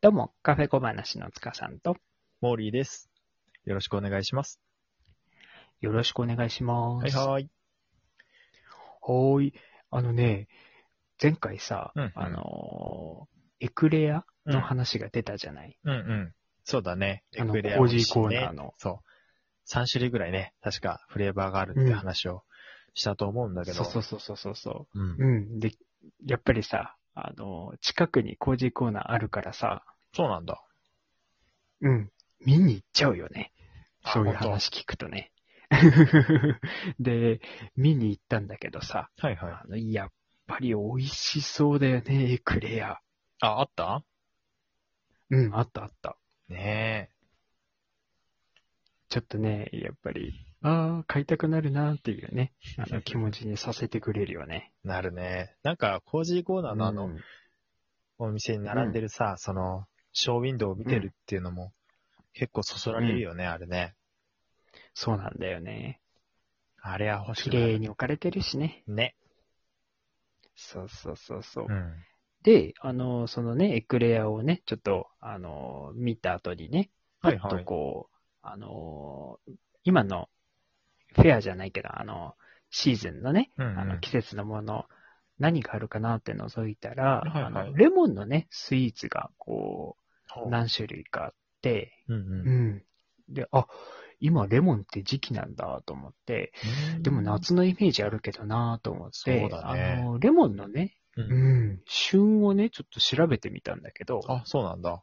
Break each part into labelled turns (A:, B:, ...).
A: どうも、カフェ小話の塚さんと、
B: モーリーです。よろしくお願いします。
A: よろしくお願いします。
B: はいはい。
A: はーい。あのね、前回さ、
B: うんうん
A: あのーエクレアの話が出たじゃない、
B: うんうん。そうだね。
A: あの、
B: エクレア
A: コー
B: 美
A: ジ
B: 味
A: ー
B: しい
A: コーナー
B: ね。
A: の。
B: そう。3種類ぐらいね、確かフレーバーがあるって話をしたと思うんだけど。
A: そうそうそうそうそうそ
B: うん
A: う。うん。で、やっぱりさ、あのー近くにコージーコーナーあるからさ、
B: そうなんだ。
A: うん。見に行っちゃうよね。
B: あ
A: そういう
B: 本当
A: 話聞くとね。 で、見に行ったんだけどさ、
B: はいはい。
A: あの、やっぱり美味しそうだよね、エクレア。
B: あ、あった
A: うん、あったあった。
B: ね
A: ちょっとね、やっぱり、ああ、買いたくなるなっていうね、あの気持ちにさせてくれるよね。
B: え。なるね。なんか、コージーコーナーのあの、
A: うん
B: お店に並んでるさ、その、ショーウィンドウを見てるっていうのも、結構そそられるよね、あれね。
A: そうなんだよね。
B: あれは欲し
A: 綺
B: いな
A: 麗に置かれてるしね。
B: ね。
A: そうそうそうそう。
B: うん。
A: で、あの、そのね、エクレアをね、ちょっと、あの、見た後にね、
B: はい
A: ちょっ
B: は
A: と
B: い。
A: こう、あの、今の、フェアじゃないけど、あの、シーズンのね、
B: うんうん
A: あの季節のもの、何があるかなって覗いたら、
B: はいはい
A: あのレモンのね、スイーツがこ
B: ほ
A: う、
B: う
A: 何種類かあって、
B: うんうん
A: うん。で、あ、今レモンって時期なんだと思って、
B: うん
A: でも夏のイメージあるけどなと思って、
B: そうだね
A: あの、レモンのね、
B: う
A: うんん、旬をね、ちょっと調べてみたんだけど、あ
B: あ、そうなんだ。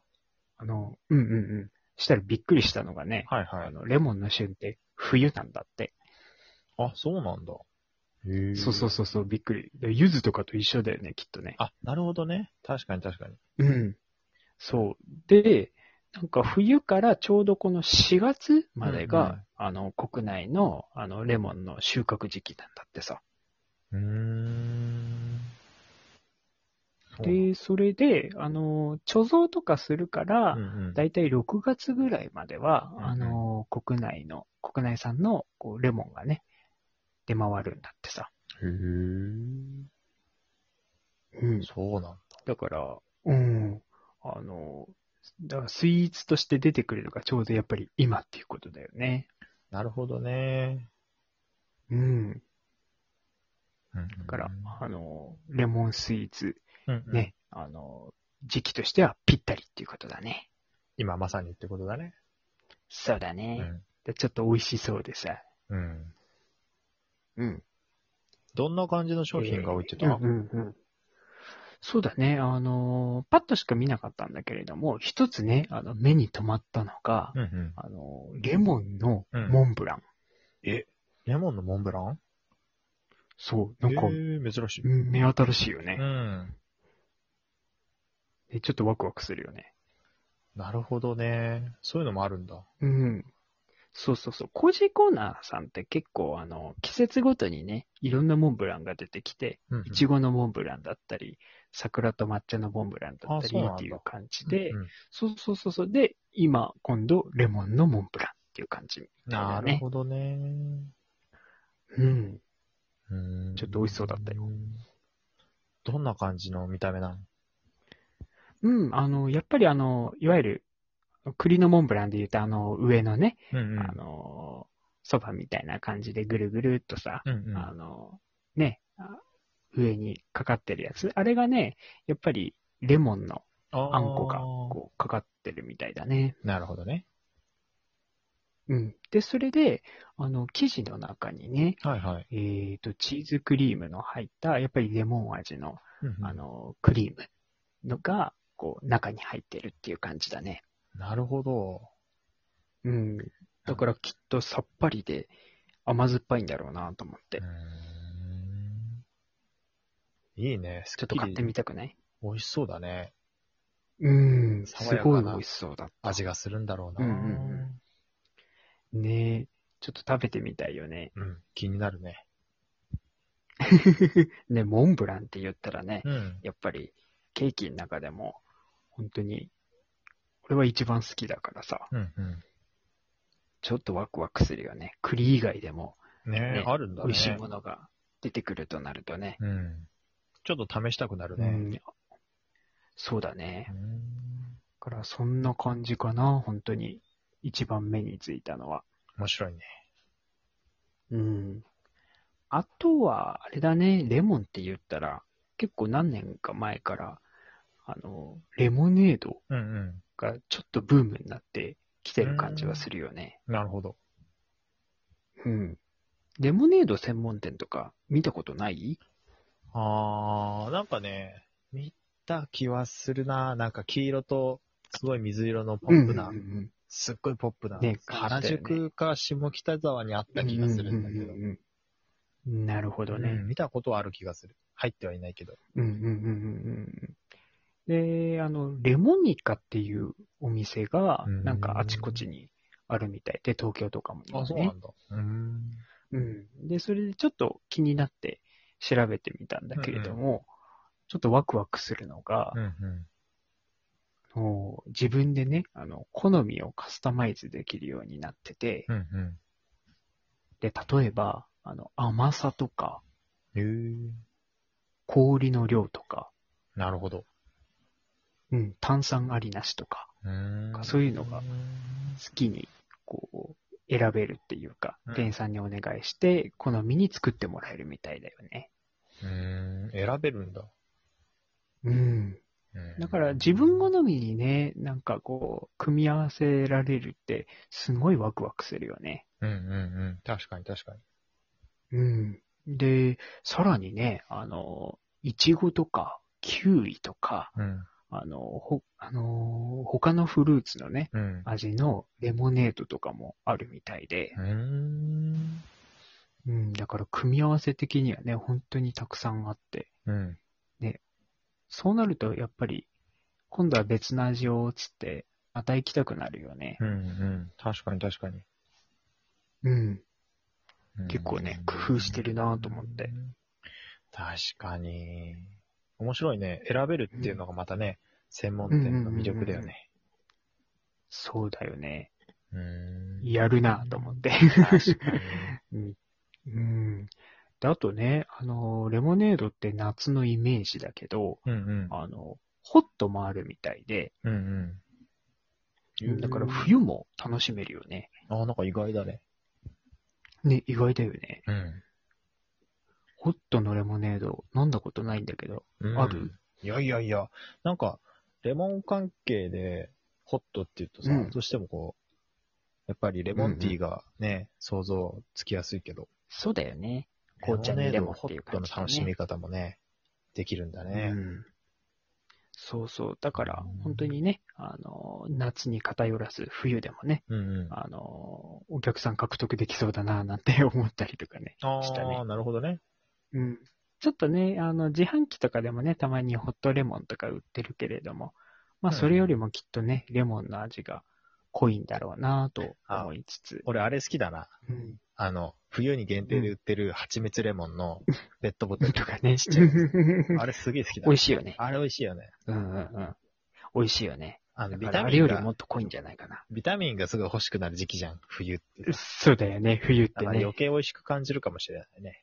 A: の、うんうんうん。したらびっくりしたのがね、
B: はいは
A: あ
B: い。
A: のレモンの旬って冬なんだって。
B: あ、そうなんだ。へえ
A: そうそうそうそう、びっくり。で柚子とかと一緒だよね、きっとね。
B: あ、なるほどね。確かに確かに。
A: うん。そう。で、なんか冬からちょうどこの4月までが、
B: うんうん
A: あの、国内の、あの、レモンの収穫時期なんだってさ。
B: うーん。そうなんだ
A: で、それで、あの、貯蔵とかするから
B: う、んうん
A: だいたい6月ぐらいまでは
B: う、んうん
A: あの、国内の、国内産のこうレモンがね、出回るんだってさ。
B: へ
A: う
B: え。
A: ん。
B: そうなんだ。
A: だから、うん。あの、だからスイーツとして出てくるのがちょうどやっぱり今っていうことだよね。
B: なるほどね。
A: うん。
B: だ
A: から、あの、レモンスイーツ、
B: うんうん
A: ね、あの、時期としてはぴったりっていうことだね。
B: 今まさにってことだね。
A: そうだ
B: う
A: ね
B: ん。
A: でちょっと美味しそうでさ。
B: うん。
A: うん。
B: どんな感じの商品が置いてた
A: うんうんうんそうだね。あの、パッとしか見なかったんだけれども、一つね、あの、目に留まったのが、
B: うんうん
A: あの、レモンのモンブラン。
B: え、レモンのモンブラン
A: そう、
B: へ
A: なんか、
B: え、珍しい。
A: うん目新しいよね
B: う、ん。
A: でちょっとワクワクするよね。
B: なるほどね。そういうのもあるんだ。
A: うん。そうそうそう。コージーコーナーさんって結構、あの、季節ごとにね、いろんなモンブランが出てきて、
B: うんうん
A: いちごのモンブランだったり、桜と抹茶のモンブランだった
B: あそう
A: り
B: なんだ
A: っていう感じで
B: う、んうん
A: そうそうそうそう。で、今、今度、レモンのモンブランっていう感じみたい
B: な
A: な
B: る
A: ね。
B: ほどね。
A: うん。
B: うん
A: ちょっと美味しそうだったよ。
B: どんな感じの見た目なの
A: うん、あの、やっぱりあの、いわゆる、栗のモンブランで言うと、あの、上のね、
B: うん
A: あの、そばみたいな感じでぐるぐるっとさ、
B: うんうん
A: あの、ね、あ上にかかってるやつ。あれがね、やっぱりレモンのあんこが
B: あ
A: こうかかってるみたいだね。
B: ーなるほどね。
A: うん。で、それで、あの、生地の中にね、
B: はいはい。
A: えっ、と、チーズクリームの入った、やっぱりレモン味の、あ
B: あの
A: の、クリームのが、こう、中に入ってるっていう感じだね。
B: なるほど。
A: うん。だからきっとさっぱりで甘酸っぱいんだろうなと思って
B: う。ーんいいね。
A: ちょっと買ってみ
B: て。
A: たくない
B: 美味しそうだね。
A: うん。
B: 爽
A: す
B: やか
A: ご
B: ない
A: 美味しそうだった。
B: 味がするんだろうな。
A: うんねえ、ちょっと食べてみたいよね。
B: うん気になるね。
A: ね、モンブランって言ったらね、
B: うん。
A: やっぱりケーキの中でも、本当に、俺は一番好きだからさ、
B: うんう
A: ちょっとワクワクするよね。栗以外でも
B: ん。ね
A: ね
B: え、あるんだ
A: 美
B: ね
A: 味。しいものが出てくるとなるとね。
B: うん。ちょっと試したくなる
A: う
B: ね。
A: んそうだね。
B: うん
A: からそんな感じかな、本当に。一番目についたのは。
B: 面白いね。
A: うん。あとは、あれだね、レモンって言ったら、結構何年か前から、あの、レモネード
B: うんう
A: がちょっとブームになってきてる感じはするよね。
B: ん。なるほど。
A: うん。レモネード専門店とか見たことない
B: あー、なんかね、見た気はするな。なんか黄色と、すごい水色のポップな、
A: うんうん
B: すっごいポップな、
A: ね感
B: 原
A: じだよね
B: 宿か下北沢にあっ
A: う
B: た
A: ん
B: 気がするんだけど、
A: ううんうんなるほどね。
B: うん見たことはある気がする。入ってはいないけど。
A: うんうんうんうんうん。で、あの、レモニカっていうお店が、
B: うん
A: なんかあちこちにあるみたいで、東京とかもね。
B: あ、そうなんだ。うん。
A: うん。で、それでちょっと気になって調べてみたんだけれども、ちょっとワクワクするのが、
B: うんうん。
A: もう自分でね、あの、好みをカスタマイズできるようになってて、
B: うんうん。
A: で、例えば、あの、甘さとか、
B: へー
A: 氷の量とか、
B: なるほど。
A: うん、炭酸ありなしとか、
B: うーん。
A: そういうのが
B: うん。
A: 好きに、こう、選べるっていうか
B: うん、
A: 店員さんにお願いして、好みに作ってもらえるみたいだよね。
B: うーん。選べるんだ。
A: うん。
B: うん
A: だから自分好みにね、なんかこう、組み合わせられるって、すごいワクワクするよね。
B: うんうんうん。確かに確かに。
A: うん。で、さらにね、あの、いちごとか、キウイとか、
B: うん。
A: あの、ほ、あの、他のフルーツのね、
B: うん。
A: 味のレモネードとかもあるみたいで、
B: うーん。
A: うん、だから組み合わせ的にはね、本当にたくさんあって、
B: うん。
A: そうなるとやっぱり、今度は別の味をつって、また行きたくなるよね。
B: うんうん。確かに確かに。
A: うん。
B: うん
A: 結構ね工夫してるなと思って。
B: 確かに。面白いね。選べるっていうのがまたね、専門店の魅力だよね。
A: そうだよね。
B: うーん。
A: やるなと思って。
B: 確か
A: う
B: に。
A: ん。うん。で、あとね、あの、レモネードって夏のイメージだけど、
B: うんうん。
A: あの、ホットもあるみたいで、
B: うんうん。
A: だから。冬も楽しめるよね。
B: あ、なんか意外だね。
A: ね、意外だよね。
B: うん。
A: ホットのレモネード、飲んだことないんだけど。
B: うん
A: ある
B: いやいやいや、なんか、レモン関係で、ホットって言うとさ、
A: うん
B: どうしてもこう、やっぱりレモンティーがね、想像つきやすいけど、
A: そうだよね。紅茶にレモンっていう
B: レモ
A: 感
B: ネードのホッ
A: じだね
B: トの楽しみ方もね、できるんだ
A: う
B: ね。
A: ん。そうそう。だから
B: うん、
A: 本当にね、あの、夏に偏らず、冬でもね、
B: うんうん。
A: あの、お客さん獲得できそうだな、なんて思ったりとかね。
B: あ
A: したね
B: あ、なるほどね。
A: うん。ちょっとね、あの、自販機とかでもね、たまにホットレモンとか売ってるけれども、まあ、
B: うん
A: それよりもきっとね、レモンの味が濃いんだろうな、と思いつつ。
B: 俺、あれ好きだな。
A: うん。
B: あの、冬に限定で売ってる蜂蜜レモン のペットボトル
A: とか ね、
B: ちっちゃいやつ。あれすげえ好きだ
A: 美。味しいよね。
B: あれ美味しいよね。
A: うんうんうん。美味しいよね。
B: あの、
A: だ
B: ビ
A: から
B: タ
A: あ
B: ミ
A: れ
B: ン
A: よりも
B: が、
A: っと濃いんじゃないかな。
B: ビタミンがすごい欲しくなる時期じゃん、冬ってさ。
A: そうだよね、冬っ
B: だ
A: て
B: から
A: ね
B: 余。計美味しく感じるかもしれないね。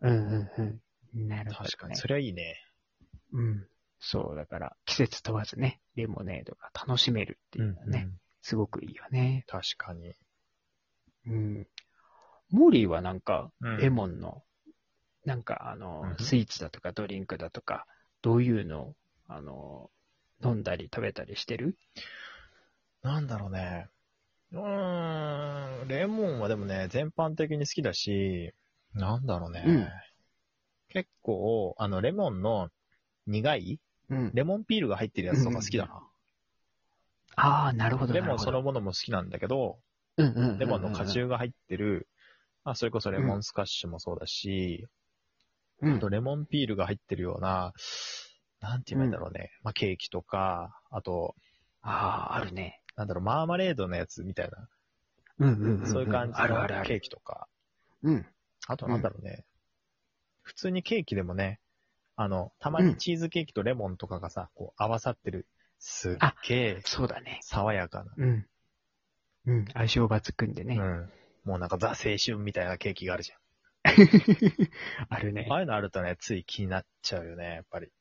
A: うんうんうん。なるほど、ね。
B: 確かに。それはいいね。
A: うん。そう、だから季節問わずね、レモネードが楽しめるっていうのはね、
B: うん
A: すごくいいよね。
B: 確かに。
A: うん。モーリーはなんか、
B: うん
A: レモンの、なんかあの、
B: うん
A: スイーツだとかドリンクだとか、どういうのを、あの、飲んだり食べたりしてる
B: なんだろうね。うーん、レモンはでもね、全般的に好きだし、なんだろうね。
A: うん
B: 結構、あの、レモンの苦い
A: うん。
B: レモンピールが入ってるやつとか好きだな。
A: ああ、なるほど、な
B: レ
A: るほど。
B: モンそのものも好きなんだけど、
A: うんうんうんうん、
B: レモンの果汁が入ってる、まあ、それこそレモンスカッシュもそうだし、
A: う
B: あ
A: ん
B: とレモンピールが入ってるような、なんて言えばいいんだろうね。まあ、ケーキとか、あと、
A: ああ、あるね。
B: なんだろう、マーマレードのやつみたいな、
A: うんうんんん
B: そういう感じ
A: あるある
B: の
A: あ
B: ケー
A: る。
B: キとか、
A: うん。
B: あとなんだろうね、普通にケーキでもね、あの、たまにチーズケーキとレモンとかがさ、こう合わさってる、すっげえ
A: そうだね。
B: 爽やかな、
A: うん。うん。相性抜群で ね。
B: うん。もうなんかザ青春みたいなケーキがあるじ
A: あるね
B: ゃん。。ああいうのあるとね、つい気になっちゃうよね、やっぱり。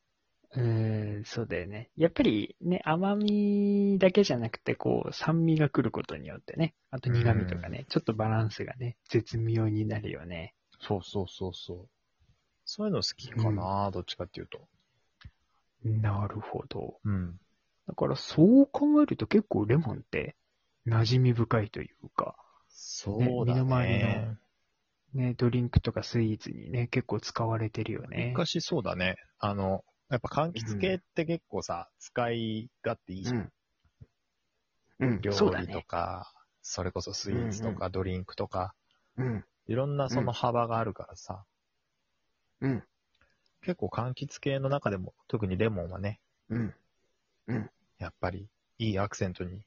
A: うーん、そうだよね。やっぱりね、甘みだけじゃなくて、こう、酸味が来ることによってね、あと苦味とかね、ちょっとバランスがね、絶妙になるよね。
B: そうそうそうそう。そういうの好きかな、どっちかっていうと。
A: なるほど。
B: うん。
A: だから、そう考えると結構レモンって、馴染み深いというか、
B: そう
A: だねね、ドリンクとかスイーツにね、結構使われてるよね。
B: 昔そうだね。あの、やっぱ柑橘系って結構さ、使い勝手いいじゃん。
A: うん。う
B: 料
A: ん、そうだ
B: 理と
A: ね。
B: か、それこそスイーツとかドリンクとか、
A: うん。
B: いろんなその幅があるからさ、
A: うん。
B: 結構柑橘系の中でも、特にレモンはね、
A: うん。
B: やっぱりいいアクセントに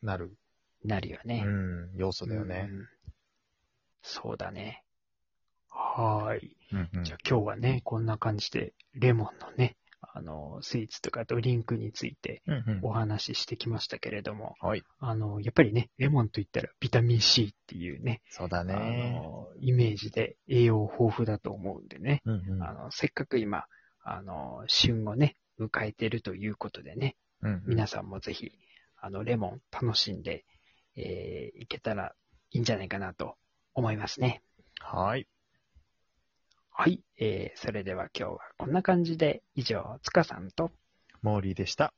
B: なる、
A: なるよね。
B: うん、要素だよね。
A: んそうだね。はーい。
B: うんうん
A: じゃあ今日はね、こんな感じで、レモンのね、あの、スイーツとかドリンクについて
B: うんうん
A: お話ししてきましたけれども、
B: はい。
A: あの、やっぱりね、レモンといったらビタミン C っていうね、
B: そうだ
A: あ
B: ね。
A: の、イメージで栄養豊富だと思うんでね、
B: うんうん
A: あの、せっかく今、あの、旬をね、迎えてるということでね、
B: うんうん
A: 皆さんもぜひ、あの、レモン楽しんで、えーいけたらいいんじゃないかなと思いますね。
B: はい。
A: はい。えーそれでは今日はこんな感じで、以上、つかさんと、
B: モーリーでした。